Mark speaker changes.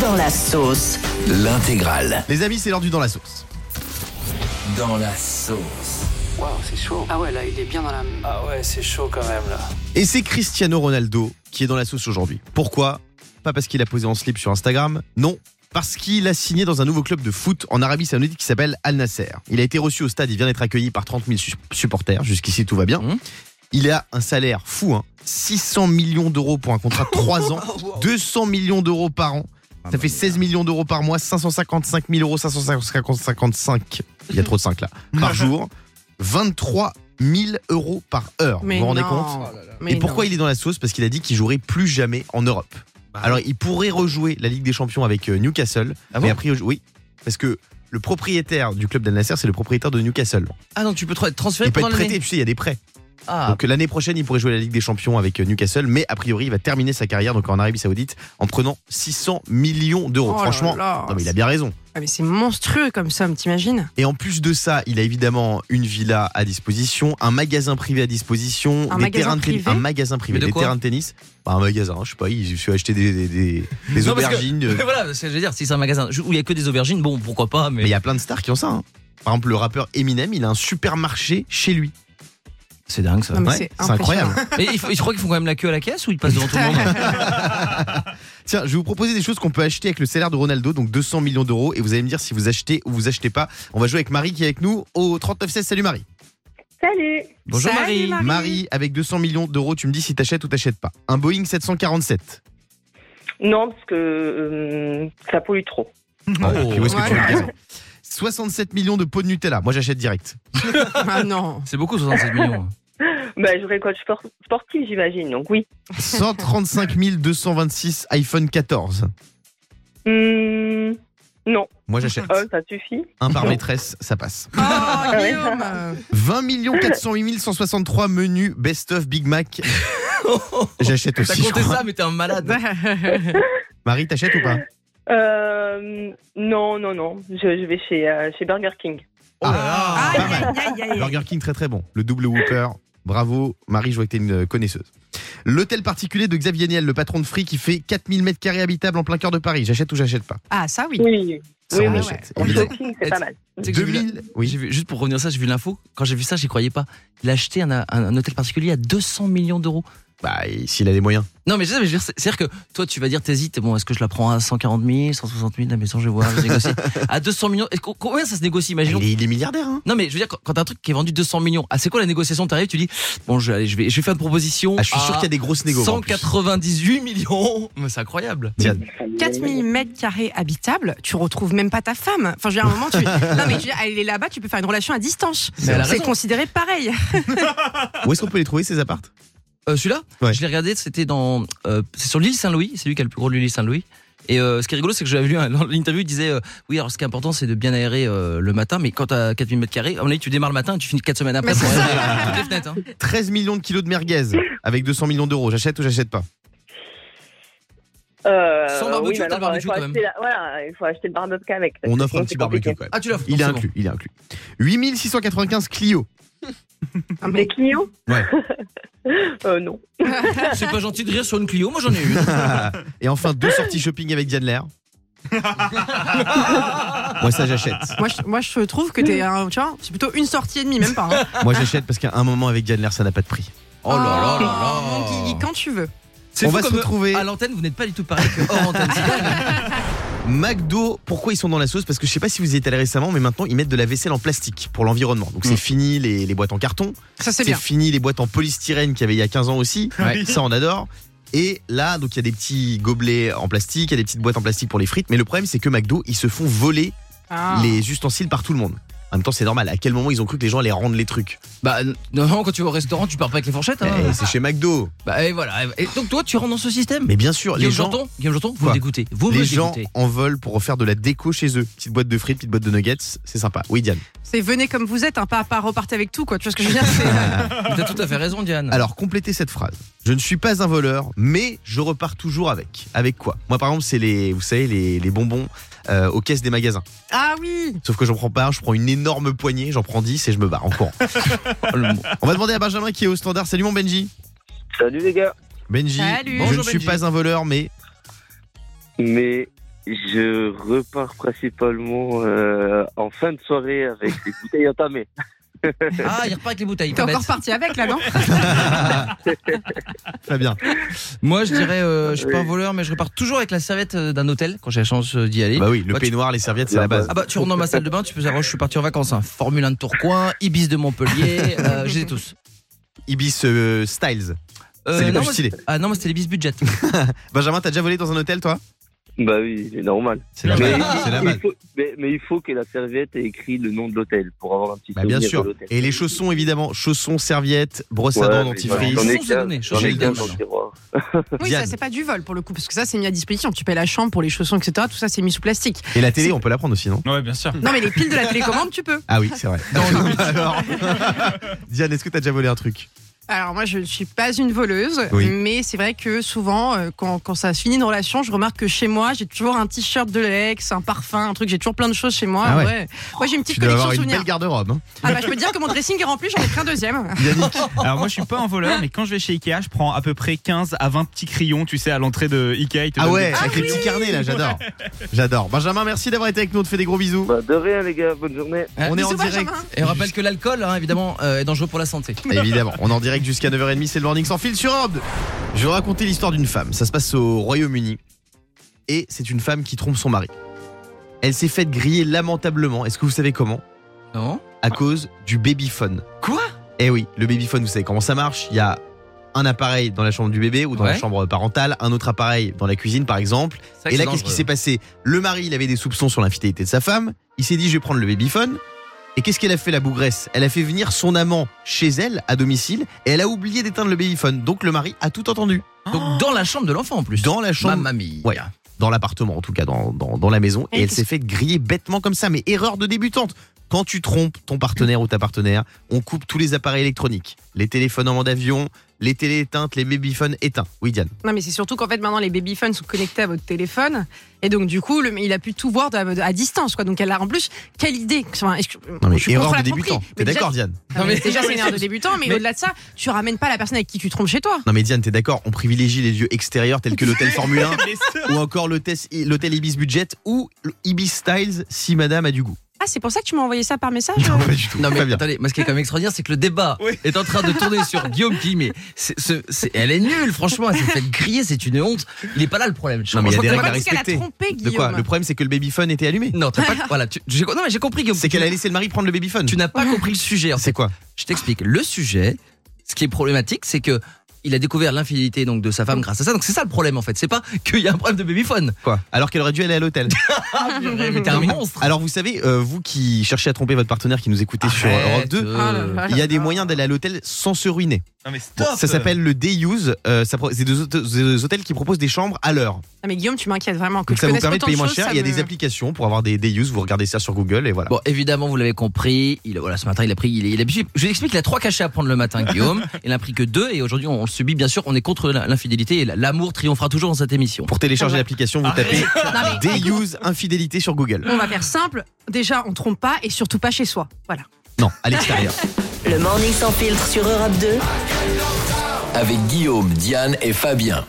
Speaker 1: Dans la sauce.
Speaker 2: L'intégrale.
Speaker 3: Les amis, c'est l'heure du dans la sauce.
Speaker 2: Dans la sauce.
Speaker 4: Waouh, c'est chaud.
Speaker 5: Ah ouais, là, il est bien dans la.
Speaker 4: Ah ouais, c'est chaud quand même là.
Speaker 3: Et c'est Cristiano Ronaldo qui est dans la sauce aujourd'hui. Pourquoi Pas parce qu'il a posé en slip sur Instagram, non. Parce qu'il a signé dans un nouveau club de foot en Arabie Saoudite qui s'appelle Al Nasser. Il a été reçu au stade, il vient d'être accueilli par 30 000 su- supporters. Jusqu'ici, tout va bien.
Speaker 2: Mhm.
Speaker 3: Il a un salaire fou, hein. 600 millions d'euros pour un contrat de 3 ans, 200 millions d'euros par an. Ça fait 16 millions d'euros par mois, 555 000 euros, 555, il y a trop de 5 là, par jour, 23 000 euros par heure. vous vous rendez compte et pourquoi il est dans la sauce Parce qu'il a dit qu'il jouerait plus jamais en Europe. Alors il pourrait rejouer la Ligue des Champions avec euh, Newcastle, mais a priori oui, parce que le propriétaire du club d'Al Nasser, c'est le propriétaire de Newcastle.
Speaker 2: Ah non, tu peux tra- transférer
Speaker 3: Il peut être
Speaker 2: pendant
Speaker 3: prêté,
Speaker 2: l'année.
Speaker 3: tu sais, il y a des prêts.
Speaker 2: Ah,
Speaker 3: Donc l'année prochaine, il pourrait jouer la Ligue des Champions avec euh, Newcastle, mais a priori, il va terminer sa carrière donc en Arabie Saoudite en prenant 600 millions
Speaker 5: Oh
Speaker 3: d'euros. Oh, Franchement, non, mais il a bien raison.
Speaker 5: Ah, mais c'est monstrueux comme somme, t'imagines
Speaker 3: Et en plus de ça, il a évidemment une villa à disposition, un magasin privé à disposition,
Speaker 5: Un
Speaker 3: des
Speaker 5: magasin
Speaker 3: terrains de tennis,
Speaker 5: privé
Speaker 3: un magasin privé,
Speaker 2: Mais de
Speaker 3: des
Speaker 2: quoi
Speaker 3: terrains de tennis, Bah, un magasin, je sais pas, il- je suis acheté des, des, des- des
Speaker 2: Non, parce que-
Speaker 3: aubergines, euh,
Speaker 2: Mais voilà, c'est- je veux dire, si c'est un magasin où il y a que des aubergines, bon, pourquoi pas, mais,
Speaker 3: mais il y a plein de stars qui ont ça. hein. Par exemple, le rappeur Eminem, il a un supermarché chez lui.
Speaker 2: Euh, c'est dingue ça.
Speaker 5: Non, mais
Speaker 3: Ouais,
Speaker 5: c'est
Speaker 3: c'est incroyable.
Speaker 2: Et il faut- je crois qu'ils font quand même la queue à la caisse ou ils passent devant tout le monde.
Speaker 3: Tiens, je vais vous proposer des choses qu'on peut acheter avec le salaire de Ronaldo, donc 200 millions d'euros, et vous allez me dire si vous achetez ou vous achetez pas. On va jouer avec Marie qui est avec nous au 3916. Salut Marie.
Speaker 6: Salut.
Speaker 2: Bonjour
Speaker 5: Salut,
Speaker 2: Marie.
Speaker 5: Marie.
Speaker 3: Marie, avec 200 millions d'euros, tu me dis si t'achètes ou t'achètes pas. Un Boeing 747.
Speaker 6: Non, parce que euh, ça pollue trop.
Speaker 3: Voilà,
Speaker 2: Oh.
Speaker 3: Ah, puis où est-ce que tu veux le
Speaker 5: Voilà.
Speaker 3: gazer 67 millions de pots de Nutella. Moi, j'achète direct.
Speaker 5: Ah non
Speaker 2: C'est beaucoup 67 millions.
Speaker 6: Bah, j'aurais le coach sport- sportif, j'imagine, donc oui.
Speaker 3: 135 226 iPhone 14.
Speaker 6: Hum, non,
Speaker 3: Moi, j'achète.
Speaker 2: Ah,
Speaker 6: Oh, ça suffit.
Speaker 3: Un par maîtresse, ça passe.
Speaker 5: Oh, Guillaume
Speaker 3: 20 408 163 menus best-of Big Mac. J'achète
Speaker 2: T'as
Speaker 3: aussi. je
Speaker 2: compté
Speaker 3: crois.
Speaker 2: ça, mais t'es un malade.
Speaker 3: Marie, t'achètes ou pas
Speaker 6: Euh, non, non, non. Je, je vais chez, euh, chez Burger King.
Speaker 3: Oh là
Speaker 2: Ah,
Speaker 3: Pas mal. Burger King, très très bon. Le double Whopper. Bravo, Marie, je vois que t'es une euh, connaisseuse. L'hôtel particulier de Xavier Niel, le patron de Free, qui fait 4000 mètres carrés habitables en plein cœur de Paris. J'achète ou j'achète pas
Speaker 5: Ah, ça oui
Speaker 6: Oui,
Speaker 3: Ça,
Speaker 6: Oui,
Speaker 3: on
Speaker 6: oui.
Speaker 3: achète.
Speaker 6: oui.
Speaker 3: Évidemment.
Speaker 6: Burger King, c'est pas mal.
Speaker 2: Tu sais que j'ai vu la-
Speaker 3: 2000
Speaker 2: Oui,
Speaker 3: Oui.
Speaker 2: j'ai vu- juste pour revenir à ça, j'ai vu l'info. Quand j'ai vu ça, j'y croyais pas. Il a acheté un, un- un hôtel particulier à 200 millions d'euros.
Speaker 3: Bah, s'il a les moyens.
Speaker 2: Non, mais je sais, mais je veux dire, c'est- c'est-à-dire que toi, tu vas dire, t'hésites, bon, est-ce que je la prends à 140 000, 160 000, la maison, je vais voir, je négocie. à 200 millions, est-ce qu'on- combien ça se négocie,
Speaker 3: Il
Speaker 2: imaginons
Speaker 3: est, il est milliardaire, hein
Speaker 2: Non, mais je veux dire, quand- quand t'as un truc qui est vendu 200 millions, ah, c'est quoi la négociation T'arrives, tu dis, bon, je, allez, je, vais, je vais faire une proposition.
Speaker 3: Ah, je suis
Speaker 2: à
Speaker 3: sûr qu'il y a des grosses négociations.
Speaker 2: 198 millions Mais c'est incroyable
Speaker 3: Tiens,
Speaker 5: 4000 mètres carrés habitables, tu retrouves même pas ta femme. Enfin, je veux dire, à un moment, tu. Non, mais je veux dire, elle est là-bas, tu peux faire une relation à distance.
Speaker 2: Mais elle a
Speaker 5: C'est
Speaker 2: raison.
Speaker 5: considéré pareil.
Speaker 3: Où est-ce qu'on peut les trouver ces appartes
Speaker 2: Euh, Celui-là,
Speaker 3: Ouais.
Speaker 2: je l'ai regardé, c'était dans. euh, c'est sur l'île Saint-Louis, c'est lui qui a le plus gros de l'île Saint-Louis. Et euh, ce qui est rigolo, c'est que j'avais lu un- dans l'interview, il disait euh, Oui, alors ce qui est important, c'est de bien aérer euh, le matin, mais quand t'as 4000 mètres carrés, à mon avis, tu démarres le matin et tu finis 4 semaines après
Speaker 5: Mais
Speaker 2: pour
Speaker 5: c'est ça.
Speaker 2: aérer toutes les fenêtres. hein.
Speaker 3: 13 millions de kilos de merguez avec 200 millions d'euros. J'achète ou j'achète pas
Speaker 6: Euh,
Speaker 2: Sans barbecue,
Speaker 6: oui,
Speaker 2: t'as
Speaker 6: mais
Speaker 2: le
Speaker 6: alors,
Speaker 2: barbecue
Speaker 6: il faut
Speaker 2: quand
Speaker 6: acheter
Speaker 2: même.
Speaker 6: la- voilà, il faut acheter le barbecue avec. parce
Speaker 3: On
Speaker 6: que
Speaker 3: offre un
Speaker 6: sinon,
Speaker 3: petit
Speaker 6: c'est
Speaker 3: barbecue
Speaker 6: compliqué.
Speaker 3: quand même.
Speaker 2: Ah, tu l'as fait,
Speaker 3: Il est
Speaker 2: forcément.
Speaker 3: inclus, il est inclus. 8695 Clio.
Speaker 5: Ah, mais-
Speaker 6: Des Clio
Speaker 3: Ouais.
Speaker 6: euh, non.
Speaker 2: C'est pas gentil de rire sur une Clio, moi j'en ai une.
Speaker 3: Et enfin, deux sorties shopping avec Diane Lair. Moi, ça, j'achète.
Speaker 5: Moi je, moi, je trouve que t'es un. Tu vois, c'est plutôt une sortie et demie, même pas. hein.
Speaker 3: Moi, j'achète parce qu'à un moment, avec Diane Lair, ça n'a pas de prix.
Speaker 2: Oh là là là là
Speaker 5: Oh, mon Guigui, quand tu veux.
Speaker 2: C'est
Speaker 3: On
Speaker 2: fou
Speaker 3: va se
Speaker 2: comme, euh,
Speaker 3: retrouver.
Speaker 2: À l'antenne, vous n'êtes pas du tout pareil que hors antenne. C'est dingue.
Speaker 3: McDo, pourquoi ils sont dans la sauce Parce que je sais pas si vous y êtes allé récemment, mais maintenant, ils mettent de la vaisselle en plastique pour l'environnement. Donc, c'est fini les, les boîtes en carton.
Speaker 5: Ça, c'est
Speaker 3: C'est
Speaker 5: bien.
Speaker 3: fini les boîtes en polystyrène qu'il y avait il y a 15 ans aussi.
Speaker 2: Ouais.
Speaker 3: Ça, on adore. Et là, donc il y a des petits gobelets en plastique, il y a des petites boîtes en plastique pour les frites. Mais le problème, c'est que McDo, ils se font voler
Speaker 5: Ah.
Speaker 3: les ustensiles par tout le monde. En même temps, c'est normal. À quel moment ils ont cru que les gens allaient rendre les trucs
Speaker 2: Bah n- non, quand tu vas au restaurant, tu pars pas avec les
Speaker 5: Ah.
Speaker 2: fourchettes. Hein.
Speaker 3: Eh, C'est chez McDo.
Speaker 2: Bah et voilà. Et donc toi, tu rentres dans ce système.
Speaker 3: Mais bien sûr, les
Speaker 2: Guillaume
Speaker 3: gens,
Speaker 2: Janton, Guillaume Janton, vous
Speaker 3: Quoi
Speaker 2: me dégoûtez. Vous me
Speaker 3: les gens
Speaker 2: dégoûtez.
Speaker 3: en veulent pour refaire de la déco chez eux. Petite boîte de frites, petite boîte de nuggets, c'est sympa. Oui, Diane.
Speaker 5: C'est venez comme vous êtes, hein, pas, pas repartez avec tout, quoi. Tu vois ce que je veux dire c'est-
Speaker 2: Mais T'as tout à fait raison, Diane.
Speaker 3: Alors, complétez cette phrase. Je ne suis pas un voleur, mais je repars toujours avec. Avec quoi Moi, par exemple, c'est les, vous savez, les, les bonbons euh, aux caisses des magasins.
Speaker 5: Ah oui
Speaker 3: Sauf que j'en prends pas un, je prends une énorme poignée, j'en prends 10 et je me barre en courant. On va demander à Benjamin qui est au standard. Salut mon Benji.
Speaker 7: Salut les gars.
Speaker 3: Benji,
Speaker 5: Salut.
Speaker 3: je
Speaker 2: Bonjour
Speaker 3: ne suis
Speaker 2: Benji.
Speaker 3: pas un voleur, mais
Speaker 7: mais je repars principalement euh, en fin de soirée avec les bouteilles entamées.
Speaker 2: Ah, il repart avec les bouteilles.
Speaker 5: T'es
Speaker 2: pas
Speaker 5: encore
Speaker 2: bête.
Speaker 5: parti avec là, non
Speaker 3: Très bien.
Speaker 2: Moi, je dirais, euh, je suis pas un
Speaker 7: Oui.
Speaker 2: voleur, mais je repars toujours avec la serviette euh, d'un hôtel quand j'ai la chance euh, d'y aller.
Speaker 3: Bah oui, le
Speaker 2: Bah, tu-
Speaker 3: peignoir, les serviettes, c'est la base.
Speaker 2: Ah bah tu rentres dans ma salle de bain, tu peux savoir je suis parti en vacances. hein. Formule 1 de Tourcoing, Ibis de Montpellier, euh, je les ai tous.
Speaker 3: Ibis euh, Styles.
Speaker 2: Euh,
Speaker 3: c'est les
Speaker 2: non,
Speaker 3: plus
Speaker 2: moi,
Speaker 3: stylés.
Speaker 2: ah non, moi c'était l'Ibis Budget.
Speaker 3: Benjamin, t'as déjà volé dans un hôtel, toi
Speaker 7: Bah oui, c'est normal.
Speaker 3: C'est la
Speaker 7: Mais,
Speaker 3: base. C'est la
Speaker 7: mais
Speaker 3: base.
Speaker 7: il faut, mais- mais il faut que la serviette ait écrit le nom de l'hôtel pour avoir un petit
Speaker 3: Bah,
Speaker 7: souvenir
Speaker 3: bien sûr.
Speaker 7: de l'hôtel.
Speaker 3: Et les chaussons, évidemment. Chaussons, serviettes, brosse à
Speaker 7: Ouais,
Speaker 3: dents,
Speaker 7: mais
Speaker 3: dentifrice.
Speaker 7: voilà, j'en ai
Speaker 2: Chaussons, c'est
Speaker 7: quinze,
Speaker 2: donné,
Speaker 7: j'en ai
Speaker 2: chaussons,
Speaker 7: quinze
Speaker 2: c'est
Speaker 7: dans le tiroir.
Speaker 5: Oui,
Speaker 3: Diane.
Speaker 5: ça c'est pas du vol pour le coup, parce que ça c'est mis à disposition. Tu payes la chambre pour les chaussons, etc. Tout ça c'est mis sous plastique.
Speaker 3: Et la télé, on peut la prendre aussi, non
Speaker 8: Ouais, bien sûr.
Speaker 5: Non mais les piles de la télécommande, tu peux.
Speaker 3: Ah oui, c'est vrai. Alors, Diane, est-ce que t'as déjà volé un truc
Speaker 5: Alors moi je ne suis pas une voleuse,
Speaker 3: Oui.
Speaker 5: mais c'est vrai que souvent euh, quand, quand ça se finit une relation, je remarque que chez moi j'ai toujours un t-shirt de l'ex, un parfum, un truc. J'ai toujours plein de choses chez moi.
Speaker 3: Ah ouais.
Speaker 5: Ouais. Moi j'ai une petite
Speaker 3: Tu dois
Speaker 5: collection
Speaker 3: avoir une
Speaker 5: souvenirs.
Speaker 3: belle garde-robe. hein.
Speaker 5: Ah bah je peux te dire que mon dressing est rempli, j'en ai pris un deuxième.
Speaker 3: Yannick,
Speaker 8: Alors moi je suis pas un voleur, mais quand je vais chez Ikea, je prends à peu près 15 à 20 petits crayons, tu sais, à l'entrée de Ikea. ils te
Speaker 3: ah
Speaker 8: donnent
Speaker 3: ouais,
Speaker 8: des-
Speaker 3: avec les petits carnets là, j'adore. J'adore. Benjamin, merci d'avoir été avec nous, on te fait des gros bisous.
Speaker 7: Bah, de rien, les gars, bonne journée.
Speaker 3: On est en
Speaker 5: Bisous, Benjamin.
Speaker 3: direct.
Speaker 2: Ah, Et on rappelle que l'alcool, hein, évidemment, euh, est dangereux pour la santé.
Speaker 3: Évidemment, on est en direct jusqu'à 9h30, c'est le morning sans fil sur Orb. Je vais vous raconter l'histoire d'une femme. Ça se passe au Royaume-Uni. Et c'est une femme qui trompe son mari. Elle s'est faite griller lamentablement. Est-ce que vous savez comment
Speaker 2: Non
Speaker 3: À cause du babyphone.
Speaker 2: Quoi
Speaker 3: Eh oui, le babyphone, vous savez comment ça marche Il y a un appareil dans la chambre du bébé ou dans la
Speaker 2: Ouais.
Speaker 3: chambre parentale, un autre appareil dans la cuisine par exemple.
Speaker 2: C'est vrai
Speaker 3: Et là,
Speaker 2: c'est
Speaker 3: qu'est-ce qui
Speaker 2: dangereux.
Speaker 3: s'est passé Le mari, il avait des soupçons sur l'infidélité de sa femme. Il s'est dit, je vais prendre le babyphone. Et qu'est-ce qu'elle a fait, la bougresse Elle a fait venir son amant chez elle, à domicile, et elle a oublié d'éteindre le babyphone. Donc le mari a tout entendu.
Speaker 2: Donc dans la chambre de l'enfant en plus.
Speaker 3: Ah. Dans la chambre,
Speaker 2: Mamma mia.
Speaker 3: Ouais. dans l'appartement, en tout cas, dans, dans, dans la maison. Et
Speaker 5: Et
Speaker 3: elle s'est fait griller bêtement comme ça. Mais erreur de débutante. Quand tu trompes ton partenaire ou ta partenaire, on coupe tous les appareils électroniques. Les téléphones en mode avion, les télés éteintes, les babyphones éteints. Oui, Diane.
Speaker 5: Non, mais c'est surtout qu'en fait, maintenant, les babyphones sont connectés à votre téléphone. Et donc, du coup, le- il a pu tout voir de- à, distance, quoi. Donc, elle a en plus, quelle idée Enfin, est-ce que-
Speaker 3: Non, mais
Speaker 5: je suis
Speaker 3: erreur
Speaker 5: contre
Speaker 3: de
Speaker 5: la
Speaker 3: débutant.
Speaker 5: tromperie.
Speaker 3: T'es
Speaker 5: Mais déjà-
Speaker 3: d'accord, Diane
Speaker 5: Non, mais
Speaker 2: Non, mais-
Speaker 5: déjà, c'est une erreur de débutant, mais,
Speaker 2: Mais-
Speaker 5: au-delà de ça, tu ramènes pas la personne avec qui tu trompes chez toi.
Speaker 3: Non mais Diane, t'es d'accord, on privilégie les lieux extérieurs tels que l'hôtel Formule 1
Speaker 8: Mais ça-
Speaker 3: ou encore l'hôtel l'hôtel Ibis Budget ou le Ibis Styles si madame a du goût.
Speaker 5: Ah, c'est pour ça que tu m'as envoyé ça par message euh.
Speaker 3: Non, pas du tout.
Speaker 2: Non mais
Speaker 3: Très bien.
Speaker 2: attendez, moi ce qui est quand même extraordinaire, c'est que le débat
Speaker 8: Oui.
Speaker 2: est en train de tourner sur Guillaume qui mais c'est- ce- c'est- elle est nulle, franchement, elle s'est fait griller, c'est une honte. Il est pas là le problème.
Speaker 3: Non, mais il y a
Speaker 2: Je
Speaker 3: des
Speaker 2: comprends
Speaker 3: règles
Speaker 2: pas
Speaker 3: à
Speaker 5: parce qu'elle a
Speaker 3: respecter.
Speaker 5: trompé
Speaker 3: De quoi
Speaker 5: Guillaume.
Speaker 3: Le problème c'est que le babyphone était allumé.
Speaker 2: que- Non, t'as pas- voilà, tu- j'ai- non mais j'ai compris Guillaume.
Speaker 3: C'est qu'elle a laissé le mari prendre le babyphone.
Speaker 2: Tu n'as pas compris le sujet. en fait.
Speaker 3: C'est quoi
Speaker 2: Je t'explique. Le sujet, ce qui est problématique, c'est que il a découvert l'infidélité donc de sa femme grâce à ça. Donc c'est ça le problème en fait. C'est pas qu'il y a un problème de babyphone.
Speaker 3: Quoi Alors qu'elle aurait dû aller à l'hôtel. Ah,
Speaker 2: Mais t'es un monstre.
Speaker 3: Alors vous savez, euh, vous qui cherchez à tromper votre partenaire qui nous écoutez sur
Speaker 2: Arrête,
Speaker 3: Europe 2,
Speaker 2: euh,
Speaker 5: Ah là là.
Speaker 3: il y a des moyens d'aller à l'hôtel sans se ruiner.
Speaker 8: Non, mais
Speaker 3: Bon,
Speaker 8: stop
Speaker 3: ça s'appelle le day use. euh, ça pro- c'est des, hôte- des hôtels qui proposent des chambres à l'heure.
Speaker 5: Ah, mais Guillaume, tu m'inquiètes vraiment. Que
Speaker 3: Donc
Speaker 5: je
Speaker 3: ça vous
Speaker 5: connaisse
Speaker 3: permet de
Speaker 5: autant
Speaker 3: payer moins
Speaker 5: choses,
Speaker 3: cher.
Speaker 5: ça
Speaker 3: Il y a
Speaker 5: me-
Speaker 3: des applications pour avoir des day use. Vous regardez ça sur Google et voilà.
Speaker 2: Bon, évidemment, vous l'avez compris, il, voilà, ce matin, il a pris, il, est- il a, je vous explique, il a trois cachets à prendre le matin, Guillaume. Il en a pris que deux, et aujourd'hui, on, le subit, bien sûr, on est contre la- l'infidélité, et la- l'amour triomphera toujours dans cette émission.
Speaker 3: Pour
Speaker 5: Ah
Speaker 3: télécharger l'application, vous tapez
Speaker 5: Non, mais
Speaker 3: Day Use Infidélité E sur Google.
Speaker 5: on va faire simple. Déjà, on trompe pas et surtout pas chez soi. Voilà.
Speaker 3: Non, à l'extérieur.
Speaker 1: Le morning sans filtre sur Europe 2.
Speaker 9: Avec Guillaume, Diane et Fabien.